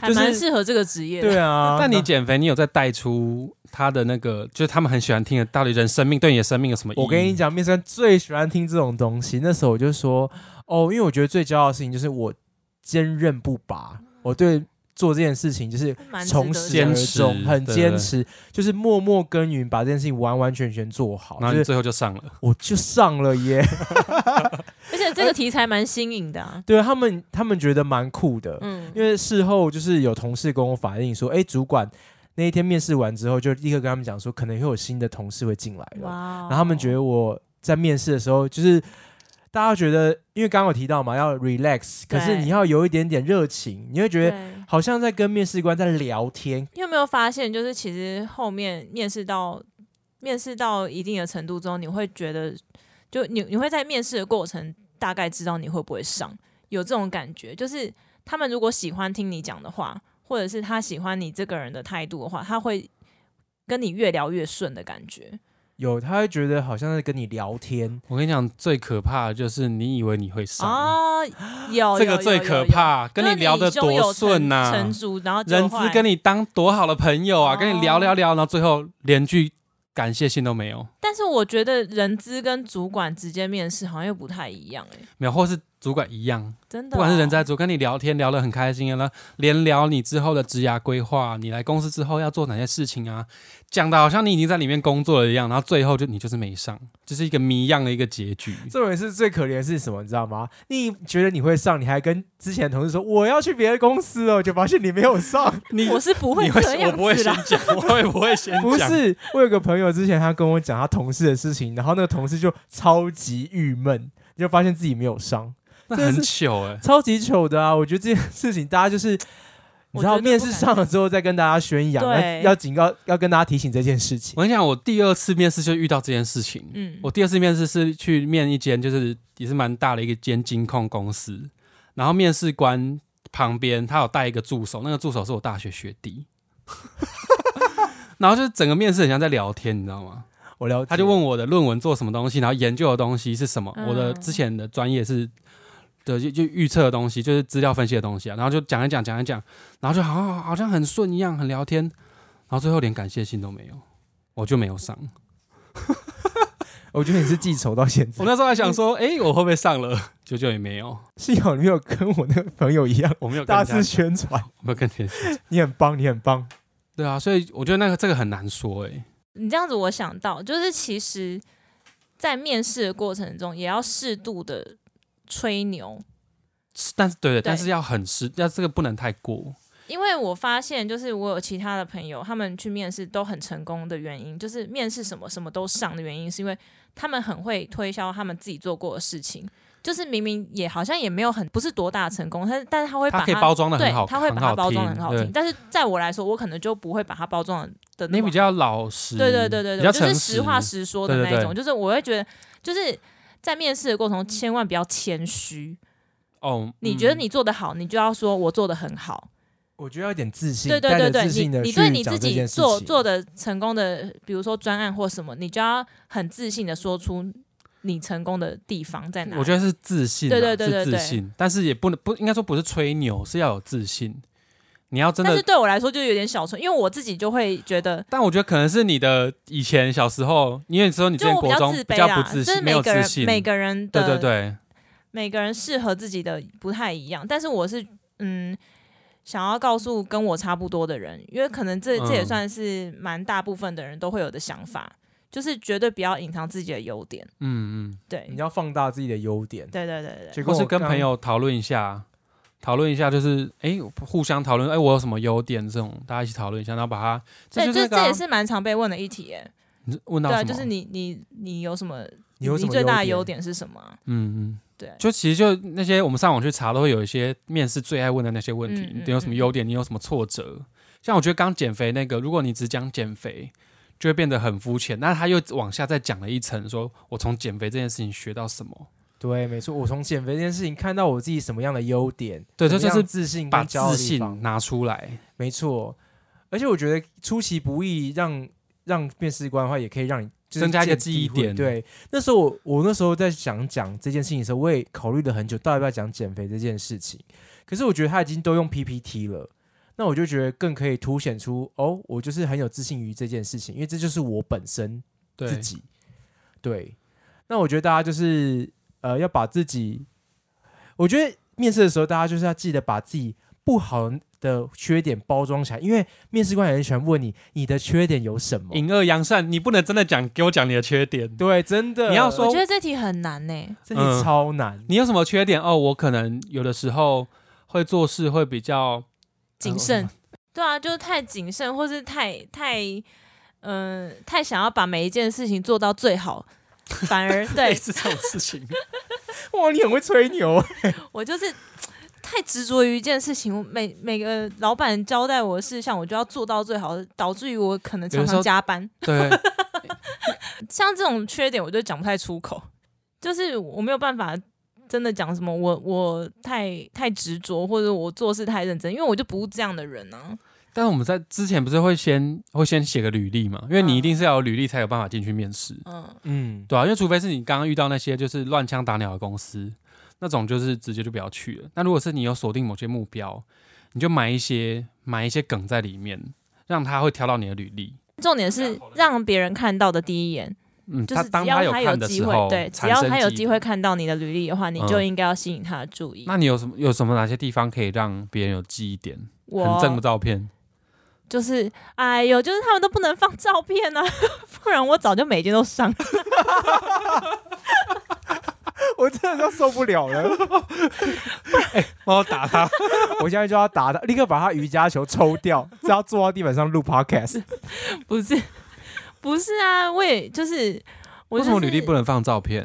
[SPEAKER 2] 还蛮适合这个职业的。
[SPEAKER 3] 对 啊，
[SPEAKER 1] 但你减肥，你有在带出他的那个，就是他们很喜欢听的，到底人生命对你的生命有什么意义？
[SPEAKER 3] 我跟你，讲，面试官最喜欢听这种东西。那时候我就说，哦，因为我觉得最骄傲的事情就是我坚韧不拔，我对做这件事情就是
[SPEAKER 2] 蛮值得
[SPEAKER 3] 从始
[SPEAKER 2] 的
[SPEAKER 3] 而
[SPEAKER 1] 坚持
[SPEAKER 3] 终，很
[SPEAKER 1] 对
[SPEAKER 3] 坚持，就是默默耕耘，把这件事情完完全全做好。
[SPEAKER 1] 然后
[SPEAKER 3] 就
[SPEAKER 1] 你
[SPEAKER 3] 是
[SPEAKER 1] 最后就上了，
[SPEAKER 3] 我就上了耶，
[SPEAKER 2] 而且这个题材蛮新颖的、啊。
[SPEAKER 3] 对他们，他们觉得蛮酷的。
[SPEAKER 1] 呃
[SPEAKER 2] 嗯，
[SPEAKER 3] 因为事后就是有同事跟我反映说，哎，主管那一天面试完之后，就立刻跟他们讲说，可能会有新的同事会进来了。
[SPEAKER 2] 哇哦，
[SPEAKER 3] 然后他们觉得我在面试的时候，就是大家觉得，因为刚刚有提到嘛，要 relax，可
[SPEAKER 2] 对
[SPEAKER 3] 是你要有一点点热情，你会觉得
[SPEAKER 2] 对。
[SPEAKER 3] 好像在跟面试官在聊天。
[SPEAKER 2] 你有没有发现，就是其实后面面试到面试到一定的程度之后，你会觉得，就你你会在面试的过程大概知道你会不会上，有这种感觉。就是他们如果喜欢听你讲的话，或者是他喜欢你这个人的态度的话，他会跟你越聊越顺的感觉。
[SPEAKER 3] 有，他会觉得好像在跟你聊天，
[SPEAKER 1] 我跟你讲，最可怕的就是你以为你会上，
[SPEAKER 2] 哦，有
[SPEAKER 1] 这个
[SPEAKER 2] 有
[SPEAKER 1] 最
[SPEAKER 2] 有
[SPEAKER 1] 可
[SPEAKER 2] 有
[SPEAKER 1] 怕，跟
[SPEAKER 2] 就是
[SPEAKER 1] 你聊的
[SPEAKER 2] 胸有
[SPEAKER 1] 多
[SPEAKER 2] 成
[SPEAKER 1] 顺呐、
[SPEAKER 2] 成竹，然后结果
[SPEAKER 1] 人
[SPEAKER 2] 后
[SPEAKER 1] 资
[SPEAKER 2] 来
[SPEAKER 1] 跟你当多好的朋友啊，
[SPEAKER 2] 哦
[SPEAKER 1] 跟你聊聊聊，然后最后连句感谢信都没有，
[SPEAKER 2] 但是我觉得人资跟主管直接面试好像又不太一样哎、
[SPEAKER 1] 没有，或是主管一样，
[SPEAKER 2] 真的、哦
[SPEAKER 1] 不管是人在，主跟你聊天聊得很开心啊，然后连聊你之后的职涯规划，你来公司之后要做哪些事情啊，讲的好像你已经在里面工作了一样，然后最后就你就是没上，就是一个谜一样的一个结局。
[SPEAKER 3] 这种人是最可怜的是什么，你知道吗？你觉得你会上，你还跟之前的同事说我要去别的公司哦，就发现你没有上。
[SPEAKER 1] 你
[SPEAKER 2] 我是不
[SPEAKER 1] 你
[SPEAKER 2] 这样
[SPEAKER 1] 我不会
[SPEAKER 2] 子
[SPEAKER 1] 先
[SPEAKER 2] 啦。
[SPEAKER 1] 讲，我也不会先讲。
[SPEAKER 3] 不是，我有个朋友之前他跟我讲他同事的事情，然后那个同事就超级郁闷，就发现自己没有上。
[SPEAKER 1] 那
[SPEAKER 3] 这
[SPEAKER 1] 很
[SPEAKER 3] 是
[SPEAKER 1] 糗哎、
[SPEAKER 3] 超级糗的啊！我觉得这件事情大家就是，你
[SPEAKER 2] 我
[SPEAKER 3] 知
[SPEAKER 2] 觉
[SPEAKER 3] 道
[SPEAKER 2] 得
[SPEAKER 3] 面
[SPEAKER 2] 不
[SPEAKER 3] 试
[SPEAKER 2] 敢
[SPEAKER 3] 上了之后再跟大家宣扬，
[SPEAKER 2] 对
[SPEAKER 3] 要要警告，要跟大家提醒这件事 情。
[SPEAKER 1] 我跟你讲，我第二次面试就遇到这件事情。
[SPEAKER 2] 嗯，
[SPEAKER 1] 我第二次面试是去面一间，就是也是蛮大的一个间金控公司，然后面试官旁边他有带一个助手，那个助手是我大学学弟，然后就是整个面试很像在聊天，你知道吗？
[SPEAKER 3] 我了解，
[SPEAKER 1] 他就问我的论文做什么东西，然后研究的东西是什么，
[SPEAKER 2] 嗯
[SPEAKER 1] 我的之前的专业是。的就就预测的东西，就是资料分析的东西啊，然后就讲一讲，讲一讲，然后就好像好像很顺一样，很聊天，然后最后连感谢信都没有，我就没有上。
[SPEAKER 3] 我觉得你是记仇到现
[SPEAKER 1] 我
[SPEAKER 3] 在，
[SPEAKER 1] 那时候还想说，哎、我会不会上了？ 九九也没有，
[SPEAKER 3] 幸好你没有跟我那个朋友一样
[SPEAKER 1] 我没有跟
[SPEAKER 3] 大
[SPEAKER 1] 人家
[SPEAKER 3] 肆宣传，
[SPEAKER 1] 我没有跟人家
[SPEAKER 3] 你很棒，你很棒。
[SPEAKER 1] 对啊，所以我觉得那个这个很难说、诶。
[SPEAKER 2] 你这样子我想到，就是其实，在面试的过程中也要适度的吹牛，
[SPEAKER 1] 哎，但是对对，但是要很实，要这个不能太过。
[SPEAKER 2] 因为我发现就是我有其他的朋友，他们去面试都很成功的原因，就是面试什么什么都上的原因，是因为他们很会推销他们自己做过的事情。就是明明也好像也没有很不是多大的成功，但是但是他会把
[SPEAKER 1] 它可以包装的
[SPEAKER 2] 对
[SPEAKER 1] 很好，，
[SPEAKER 2] 他会把它
[SPEAKER 1] 很
[SPEAKER 2] 包
[SPEAKER 1] 好
[SPEAKER 2] 装
[SPEAKER 1] 听
[SPEAKER 2] 的很好
[SPEAKER 1] 对
[SPEAKER 2] 听。但是在我来说，我可能就不会把它包装的那
[SPEAKER 1] 你
[SPEAKER 2] 么
[SPEAKER 1] 比较老实，
[SPEAKER 2] 对对对对对，
[SPEAKER 1] 比较
[SPEAKER 2] 我
[SPEAKER 1] 诚
[SPEAKER 2] 就是
[SPEAKER 1] 实，
[SPEAKER 2] 实话实说的
[SPEAKER 1] 对
[SPEAKER 2] 那
[SPEAKER 1] 对
[SPEAKER 2] 一种。就是我会觉得，就是在面试的过程中，千万不要谦虚。
[SPEAKER 1] 哦。
[SPEAKER 2] 你觉得
[SPEAKER 1] 嗯
[SPEAKER 2] 你做的好，你就要说我做的很好。
[SPEAKER 3] 我觉得要点自信，
[SPEAKER 2] 对对对
[SPEAKER 3] 带
[SPEAKER 2] 对，
[SPEAKER 3] 着自
[SPEAKER 2] 你
[SPEAKER 3] 信的
[SPEAKER 2] 你
[SPEAKER 3] 去
[SPEAKER 2] 对你
[SPEAKER 3] 讲
[SPEAKER 2] 自
[SPEAKER 3] 这
[SPEAKER 2] 己
[SPEAKER 3] 件事
[SPEAKER 2] 做
[SPEAKER 3] 情
[SPEAKER 2] 做的成功的，比如说专案或什么，你就要很自信的说出你成功的地方在哪里。
[SPEAKER 1] 我觉得是自信啊，
[SPEAKER 2] 对对对对
[SPEAKER 1] 是自
[SPEAKER 2] 对
[SPEAKER 1] 信，但是也不能不应该说不是吹牛，是要有自信。你要真的
[SPEAKER 2] 但是对我来说就有点小错，因为我自己就会觉得。
[SPEAKER 1] 但我觉得可能是你的以前小时候，因为你说你之
[SPEAKER 2] 就
[SPEAKER 1] 前
[SPEAKER 2] 我比
[SPEAKER 1] 国
[SPEAKER 2] 较
[SPEAKER 1] 中
[SPEAKER 2] 自
[SPEAKER 1] 比
[SPEAKER 2] 卑
[SPEAKER 1] 较
[SPEAKER 2] 啦，
[SPEAKER 1] 不自
[SPEAKER 2] 就是
[SPEAKER 1] 信，没有
[SPEAKER 2] 每个
[SPEAKER 1] 自
[SPEAKER 2] 人
[SPEAKER 1] 信，
[SPEAKER 2] 每个人的
[SPEAKER 1] 对对对，
[SPEAKER 2] 每个人适合自己的不太一样，但是我是嗯，想要告诉跟我差不多的人，因为可能这
[SPEAKER 1] 嗯
[SPEAKER 2] 这也算是蛮大部分的人都会有的想法，就是绝对不要隐藏自己的优点。
[SPEAKER 1] 嗯嗯，
[SPEAKER 2] 对
[SPEAKER 3] 你，要放大自己的优点，
[SPEAKER 2] 对对对对，
[SPEAKER 3] 就
[SPEAKER 1] 或是
[SPEAKER 3] 我
[SPEAKER 1] 跟
[SPEAKER 3] 刚
[SPEAKER 1] 朋友讨论一下，讨论一下就是哎，互相讨论哎，我有什么优点这种，大家一起讨论一哎下，然后把它这
[SPEAKER 2] 对，
[SPEAKER 1] 就是
[SPEAKER 2] 这
[SPEAKER 1] 那个
[SPEAKER 2] 这
[SPEAKER 1] 啊
[SPEAKER 2] 也是蛮常被问的一题耶。
[SPEAKER 1] 你是问到
[SPEAKER 2] 对
[SPEAKER 1] 什
[SPEAKER 2] 啊，
[SPEAKER 1] 么，
[SPEAKER 2] 就是你你你有什么？
[SPEAKER 3] 你有什么
[SPEAKER 2] 最大的
[SPEAKER 3] 优
[SPEAKER 2] 优
[SPEAKER 3] 点
[SPEAKER 2] 点是什么啊？
[SPEAKER 1] 嗯嗯。
[SPEAKER 2] 对，
[SPEAKER 1] 就其实就那些我们上网去查，都会有一些面试最爱问的那些问题，
[SPEAKER 2] 嗯嗯
[SPEAKER 1] 你有什么优点，你有什么挫折？像我觉得刚减肥那个，如果你只讲减肥，就会变得很肤浅。那他又往下再讲了一层，说我从减肥这件事情学到什么？
[SPEAKER 3] 对，没错，我从减肥这件事情看到我自己什么样的优点，
[SPEAKER 1] 对
[SPEAKER 3] 什么
[SPEAKER 1] 这就
[SPEAKER 3] 样
[SPEAKER 1] 是
[SPEAKER 3] 自信
[SPEAKER 1] 把
[SPEAKER 3] 跟骄傲
[SPEAKER 1] 自
[SPEAKER 3] 的地方
[SPEAKER 1] 信拿出来，
[SPEAKER 3] 没错，而且我觉得出其不意让让面试官的话，也可以让你就是
[SPEAKER 1] 增加一个
[SPEAKER 3] 见
[SPEAKER 1] 记忆
[SPEAKER 3] 地会
[SPEAKER 1] 点
[SPEAKER 3] 对，那时候我我那时候在想讲这件事情的时候，我也考虑了很久，到底要不要讲减肥这件事情。可是我觉得他已经都用 PPT 了，那我就觉得更可以凸显出哦，我就是很有自信于这件事情，因为这就是我本身
[SPEAKER 4] 对
[SPEAKER 3] 自己。对，那我觉得大家就是呃，要把自己，我觉得面试的时候，大家就是要记得把自己不好的缺点包装起来，因为面试官也很喜欢问你你的缺点有什么。
[SPEAKER 1] 隐恶扬善，你不能真的讲给我讲你的缺点。
[SPEAKER 3] 对，真的，
[SPEAKER 1] 你要
[SPEAKER 2] 我
[SPEAKER 1] 说嗯
[SPEAKER 2] 觉得这题很难呢、
[SPEAKER 3] 这题超难。
[SPEAKER 1] 你有什么缺点？哦，我可能有的时候会做事会比较
[SPEAKER 2] 谨慎。对啊，就是太谨慎，或是太太嗯、太想要把每一件事情做到最好，反 而
[SPEAKER 1] 类
[SPEAKER 2] 对
[SPEAKER 1] 似这种事情。
[SPEAKER 3] 哇，你很会吹牛。
[SPEAKER 2] 我就是太执着于一件事情，我每每个老板交代我的事项，我就要做到最好，导致于我可能
[SPEAKER 1] 有
[SPEAKER 2] 常
[SPEAKER 1] 的时
[SPEAKER 2] 常
[SPEAKER 1] 候
[SPEAKER 2] 加班。
[SPEAKER 1] 对，
[SPEAKER 2] 像这种缺点，我就讲不太出口，就是我没有办法真的讲什么我，我太太执着，或者我做事太认真，因为我就不是这样的人啊。
[SPEAKER 1] 但是我们在之前不是会先会先写个履历嘛？因为你
[SPEAKER 2] 嗯
[SPEAKER 1] 一定是要有履历才有办法进去面试，
[SPEAKER 2] 嗯，
[SPEAKER 3] 嗯，
[SPEAKER 1] 对啊，因为除非是你刚刚遇到那些就是乱枪打鸟的公司，那种就是直接就不要去了。那如果是你有锁定某些目标，你就埋一些埋一些梗在里面，让他会挑到你的履历。
[SPEAKER 2] 重点是让别人看到的第一眼，
[SPEAKER 1] 嗯，
[SPEAKER 2] 就
[SPEAKER 1] 他
[SPEAKER 2] 是只
[SPEAKER 1] 当
[SPEAKER 2] 要
[SPEAKER 1] 有
[SPEAKER 2] 他
[SPEAKER 1] 看的
[SPEAKER 2] 机
[SPEAKER 1] 时
[SPEAKER 2] 会，
[SPEAKER 1] 候，
[SPEAKER 2] 对，只
[SPEAKER 1] 产
[SPEAKER 2] 要
[SPEAKER 1] 生
[SPEAKER 2] 他有
[SPEAKER 1] 记
[SPEAKER 2] 机会看到你的履历的话，你就
[SPEAKER 1] 嗯
[SPEAKER 2] 应该要吸引他的注意。
[SPEAKER 1] 那你有什么有什么哪些地方可以让别人有记忆点？很正的
[SPEAKER 2] 我
[SPEAKER 1] 照片，
[SPEAKER 2] 就是，哎呦，就是他们都不能放照片啊， 不然我早就每一件都上。
[SPEAKER 3] 我真的都受不了 了，
[SPEAKER 1] 哎帮我打他。
[SPEAKER 3] 我现在就要打他，立刻把他瑜伽球抽掉，只要坐到地板上录 podcast。
[SPEAKER 2] 不是，不是啊，我也就是，我
[SPEAKER 1] 为
[SPEAKER 2] 就
[SPEAKER 1] 什
[SPEAKER 2] 是
[SPEAKER 1] 么履历不能放照片？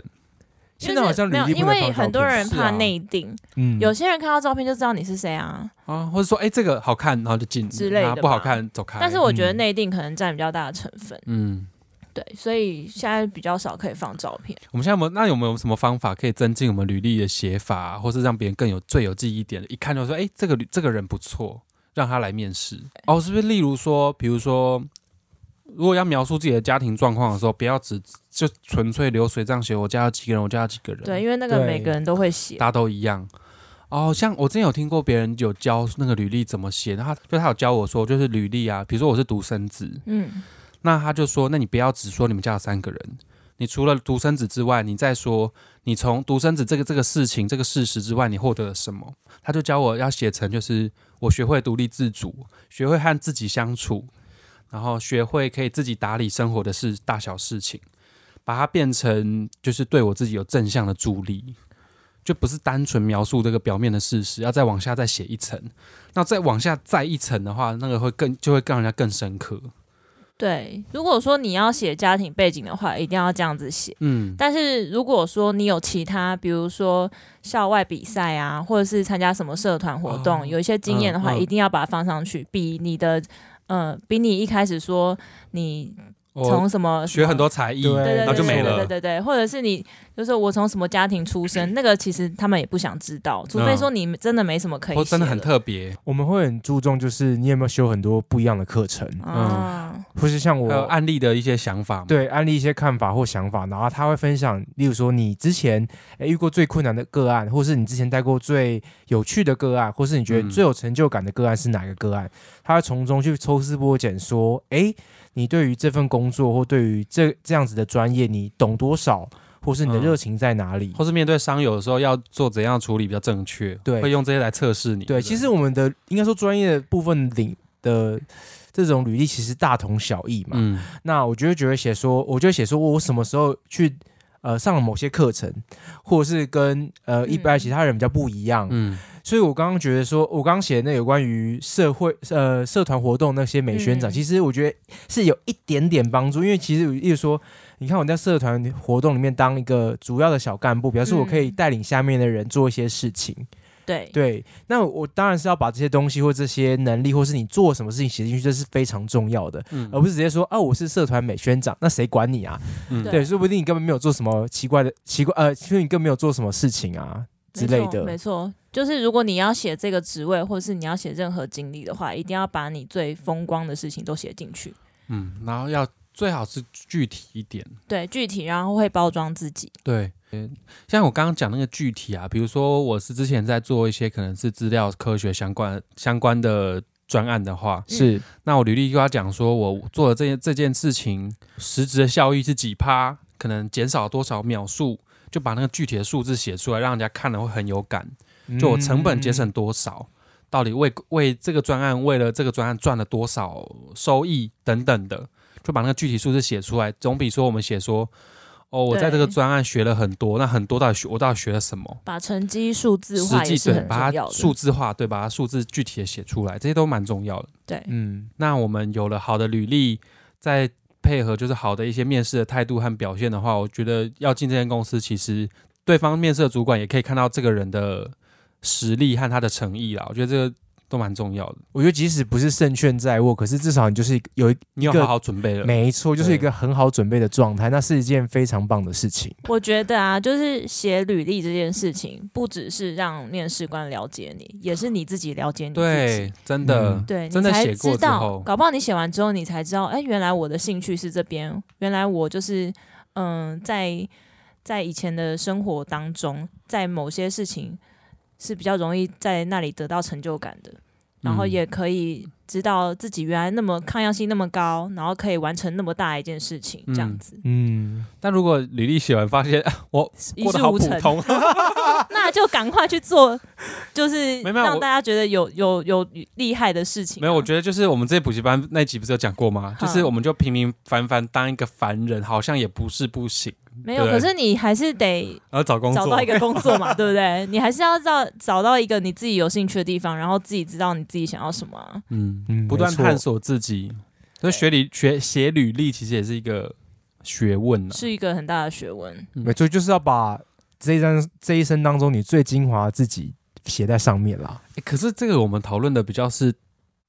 [SPEAKER 2] 就
[SPEAKER 3] 现在好
[SPEAKER 2] 是
[SPEAKER 3] 像履
[SPEAKER 2] 没有，
[SPEAKER 3] 历不
[SPEAKER 2] 因
[SPEAKER 3] 能
[SPEAKER 2] 为
[SPEAKER 3] 放
[SPEAKER 2] 很
[SPEAKER 3] 照
[SPEAKER 2] 多
[SPEAKER 3] 片
[SPEAKER 2] 人
[SPEAKER 1] 是
[SPEAKER 2] 怕
[SPEAKER 1] 啊
[SPEAKER 2] 内定，
[SPEAKER 3] 嗯
[SPEAKER 2] 有些人看到照片就知道你是谁啊。
[SPEAKER 1] 啊，或者说，哎、这个好看，然后就进
[SPEAKER 2] 之类的
[SPEAKER 1] 啊不好
[SPEAKER 2] 吧
[SPEAKER 1] 看走开。
[SPEAKER 2] 但是我觉得
[SPEAKER 3] 嗯
[SPEAKER 2] 内定可能占比较大的成分，
[SPEAKER 1] 嗯，
[SPEAKER 2] 对，所以现在比较少可以放照片。
[SPEAKER 1] 我们现在有没有那有没有什么方法可以增进我们履历的写法啊、或是让别人更有最有记忆点的？一看就说，哎、这个履这个人不错，让他来面试。哦，是不是？例如说，比如说，如果要描述自己的家庭状况的时候，不要只就纯粹流水账写我家有几个人，我家有几个人，
[SPEAKER 2] 对，因为那个每
[SPEAKER 3] 对
[SPEAKER 2] 个人都会写，
[SPEAKER 1] 大家都一样。哦，像我之前有听过别人有教那个履历怎么写，然后他就他有教我说，就是履历啊，比如说我是独生子，
[SPEAKER 2] 嗯，
[SPEAKER 1] 那他就说，那你不要只说你们家有三个人，你除了独生子之外，你再说你从独生子这个这个事情这个事实之外，你获得了什么？他就教我要写成就是我学会独立自主，学会和自己相处，然后学会可以自己打理生活的事大小事情，把它变成就是对我自己有正向的助力。就不是单纯描述这个表面的事实，要再往下再写一层，那再往下再一层的话，那个会更就会让人家更深刻。
[SPEAKER 2] 对。如果说你要写家庭背景的话，一定要这样子写。
[SPEAKER 1] 嗯，
[SPEAKER 2] 但是如果说你有其他，比如说校外比赛啊，或者是参加什么社团活动，
[SPEAKER 1] 哦
[SPEAKER 2] 有一些经验的话，
[SPEAKER 1] 嗯嗯
[SPEAKER 2] 一定要把它放上去，比你的呃，比你一开始说你
[SPEAKER 1] 我
[SPEAKER 2] 从什么
[SPEAKER 1] 学很。多才艺，
[SPEAKER 3] 对
[SPEAKER 2] 对对
[SPEAKER 1] 那
[SPEAKER 2] 对，
[SPEAKER 1] 就没了
[SPEAKER 2] 对对对对，或者是你就是我从什么家庭出身，那个其实他们也不想知道，除非说你真的没什么可以
[SPEAKER 1] 嗯或
[SPEAKER 2] 写，
[SPEAKER 1] 真的很，特别。
[SPEAKER 3] 我们会很注重，就是你有没有修很多不一样的课程，
[SPEAKER 1] 嗯
[SPEAKER 2] 啊，
[SPEAKER 3] 或是像我
[SPEAKER 1] 还有案例的一些想法嘛，
[SPEAKER 3] 对安利一些看法或想法，然后他会分享，例如说你之前诶遇过最困难的个案，或是你之前带过最有趣的个案，或是你觉得
[SPEAKER 1] 嗯
[SPEAKER 3] 最有成就感的个案是哪个个案，他会从中去抽丝剥茧，说，诶，你对于这份工作或对于这这样子的专业，你懂多少，或是你的
[SPEAKER 1] 嗯
[SPEAKER 3] 热情在哪里？
[SPEAKER 1] 或是面对伤友的时候要做怎样的处理比较正确，
[SPEAKER 3] 对
[SPEAKER 1] 会用这些来测试你。
[SPEAKER 3] 对，其实我们的应该说专业的部分领的这种履历其实大同小异嘛。
[SPEAKER 1] 嗯，
[SPEAKER 3] 那我就会觉得写说，我就会写说我什么时候去呃上了某些课程，或者是跟呃一般
[SPEAKER 2] 嗯
[SPEAKER 3] 其他人比较不一样。
[SPEAKER 1] 嗯
[SPEAKER 3] 所以我刚刚觉得说，我刚刚写的那有关于社会呃社团活动那些美宣
[SPEAKER 2] 嗯
[SPEAKER 3] 长，其实我觉得是有一点点帮助，因为其实例如说，你看我在社团活动里面当一个主要的小干部，表示我可以
[SPEAKER 2] 嗯
[SPEAKER 3] 带领下面的人做一些事情。
[SPEAKER 2] 对
[SPEAKER 3] 对，那我当然是要把这些东西或这些能力，或是你做什么事情写进去，这是非常重要的，
[SPEAKER 1] 嗯
[SPEAKER 3] 而不是直接说啊，我是社团美宣长，那谁管你啊？
[SPEAKER 1] 嗯
[SPEAKER 2] 对
[SPEAKER 3] 对，说不定你根本没有做什么奇怪的奇怪，呃，说你根本没有做什么事情啊之类的。
[SPEAKER 2] 没错，就是如果你要写这个职位，或是你要写任何经历的话，一定要把你最风光的事情都写进去。
[SPEAKER 1] 嗯，然后要最好是具体一点。
[SPEAKER 2] 对，具体然后会包装自己。
[SPEAKER 1] 对，嗯像我刚刚讲那个具体啊，比如说我是之前在做一些可能是资料科学相关相关的专案的话，
[SPEAKER 3] 是
[SPEAKER 1] 那我履历就要讲说我做了这件这件事情，实质的效益是几趴，可能减少多少秒数，就把那个具体的数字写出来，让人家看了会很有感。就我成本节省多少，到底为为这个专案为了这个专案赚了多少收益等等的，就把那个具体数字写出来，总比说我们写说。哦，我在这个
[SPEAKER 2] 对
[SPEAKER 1] 专案学了很多，那很多到底学我到底学了什么？
[SPEAKER 2] 把成绩数字
[SPEAKER 1] 实
[SPEAKER 2] 化也
[SPEAKER 1] 际
[SPEAKER 2] 是
[SPEAKER 1] 对，
[SPEAKER 2] 很
[SPEAKER 1] 把
[SPEAKER 2] 重
[SPEAKER 1] 它
[SPEAKER 2] 要的。
[SPEAKER 1] 数字化，对，把它数字具体的写出来，这些都蛮重要的。
[SPEAKER 2] 对，
[SPEAKER 3] 嗯
[SPEAKER 1] 那我们有了好的履历，再配合就是好的一些面试的态度和表现的话，我觉得要进这间公司，其实对方面试的主管也可以看到这个人的实力和他的诚意啦。我觉得这个都蛮重要的。
[SPEAKER 3] 我觉得即使不是胜券在握，可是至少你就是一个有一
[SPEAKER 1] 你有
[SPEAKER 3] 一个
[SPEAKER 1] 好好准备了，
[SPEAKER 3] 没错，就是一
[SPEAKER 1] 对
[SPEAKER 3] 个很好准备的状态，那是一件非常棒的事情。
[SPEAKER 2] 我觉得啊，就是写履历这件事情，不只是让面试官了解你，也是你自己了解你自己
[SPEAKER 1] 对。，真的，
[SPEAKER 3] 嗯
[SPEAKER 2] 对，你
[SPEAKER 1] 真的
[SPEAKER 2] 才
[SPEAKER 1] 写过
[SPEAKER 2] 知
[SPEAKER 1] 之
[SPEAKER 2] 道
[SPEAKER 1] 后，
[SPEAKER 2] 搞不好你写完之后，你才知道，哎，原来我的兴趣是这边，原来我就是，嗯，在在以前的生活当中，在某些事情是比较容易在那里得到成就感的，然后
[SPEAKER 1] 嗯
[SPEAKER 2] 也可以知道自己原来那么抗压性那么高，然后可以完成那么大一件事情，这样
[SPEAKER 1] 嗯
[SPEAKER 2] 子、
[SPEAKER 3] 嗯，
[SPEAKER 1] 但如果履历写完发现我
[SPEAKER 2] 一
[SPEAKER 1] 过
[SPEAKER 2] 事
[SPEAKER 1] 得好
[SPEAKER 2] 无
[SPEAKER 1] 普
[SPEAKER 2] 成，
[SPEAKER 1] 通，啊
[SPEAKER 2] 那就赶快去做，就是
[SPEAKER 1] 没有没有
[SPEAKER 2] 让
[SPEAKER 1] 我
[SPEAKER 2] 大家觉得有有有厉害的事情啊、
[SPEAKER 1] 没有，我觉得就是我们这些补习班那集不是有讲过吗？
[SPEAKER 2] 嗯
[SPEAKER 1] 就是我们就平平凡凡当一个凡人，好像也不是不行，
[SPEAKER 2] 没有，
[SPEAKER 1] 对
[SPEAKER 2] 可是你还是得
[SPEAKER 1] 然后找工作，
[SPEAKER 2] 找到一个工作 嘛，对不对？你还是要找找到一个你自己有兴趣的地方，然后自己知道你自己想要什么啊、
[SPEAKER 1] 嗯
[SPEAKER 3] 嗯
[SPEAKER 1] 不断
[SPEAKER 3] 没错
[SPEAKER 1] 探索自己。所以学理学写履历其实也是一个学问啊呢、
[SPEAKER 2] 是一个很大的学问。
[SPEAKER 1] 嗯
[SPEAKER 3] 没错，就是要把这一张这一生当中你最精华的自己写在上面啦。
[SPEAKER 1] 诶可是这个我们讨论的比较是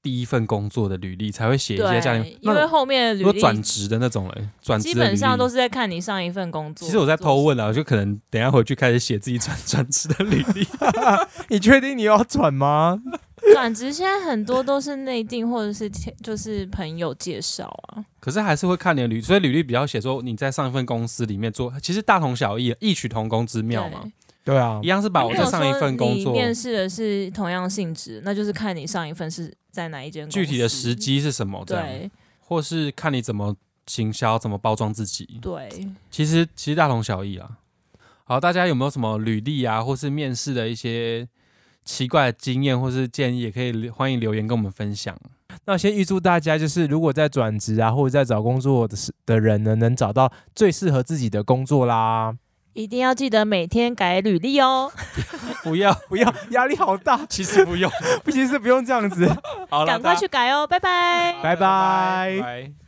[SPEAKER 1] 第一份工作的履历才会写一些家
[SPEAKER 2] 对
[SPEAKER 1] 庭，，
[SPEAKER 2] 因为
[SPEAKER 1] 那
[SPEAKER 2] 后面的
[SPEAKER 1] 如果
[SPEAKER 2] 履
[SPEAKER 1] 转
[SPEAKER 2] 历
[SPEAKER 1] 职的那种嘞，转职
[SPEAKER 2] 基
[SPEAKER 1] 的
[SPEAKER 2] 本上
[SPEAKER 1] 履历
[SPEAKER 2] 都是在看你上一份工作。
[SPEAKER 1] 其实我在
[SPEAKER 2] 做
[SPEAKER 1] 偷
[SPEAKER 2] 什么，
[SPEAKER 1] 问啊，我就可能等一下回去开始写自己转转职的履 历。
[SPEAKER 3] 你确定你要转吗？
[SPEAKER 2] 转职现在很多都是内定或者是天就是朋友介绍啊。
[SPEAKER 1] 可是还是会看你的履，所以履历比较写说你在上一份公司里面做，其实大同小异，异曲同工之妙嘛
[SPEAKER 2] 对，，
[SPEAKER 3] 对啊
[SPEAKER 1] 一，样是把我
[SPEAKER 2] 如
[SPEAKER 1] 在
[SPEAKER 2] 果
[SPEAKER 1] 上一份
[SPEAKER 2] 说
[SPEAKER 1] 工
[SPEAKER 2] 你
[SPEAKER 1] 作
[SPEAKER 2] 面试的是同样性质，那就是看你上一份是在哪一间公司
[SPEAKER 1] 具体的时。机是什么这样，
[SPEAKER 2] 对
[SPEAKER 1] 或是看你怎么行销、怎么包装自己。
[SPEAKER 2] 对，
[SPEAKER 1] 其实其实大同小异啊。好，大家有没有什么履历啊，或是面试的一些奇怪的经验或是建议，也可以留欢迎留言跟我们分享。
[SPEAKER 3] 那先预祝大家就是如果在转职啊或者在找工作的时的人呢，能找到最适合自己的工作 啦。
[SPEAKER 2] 一定要记得每天改履历哦。
[SPEAKER 1] 不要，
[SPEAKER 3] 不要压力好大，
[SPEAKER 1] 其实不用。
[SPEAKER 3] 其实不用这样子。
[SPEAKER 1] 好了，
[SPEAKER 2] 赶快
[SPEAKER 1] 大家
[SPEAKER 2] 去改哦，拜拜。
[SPEAKER 3] 拜拜
[SPEAKER 1] 拜拜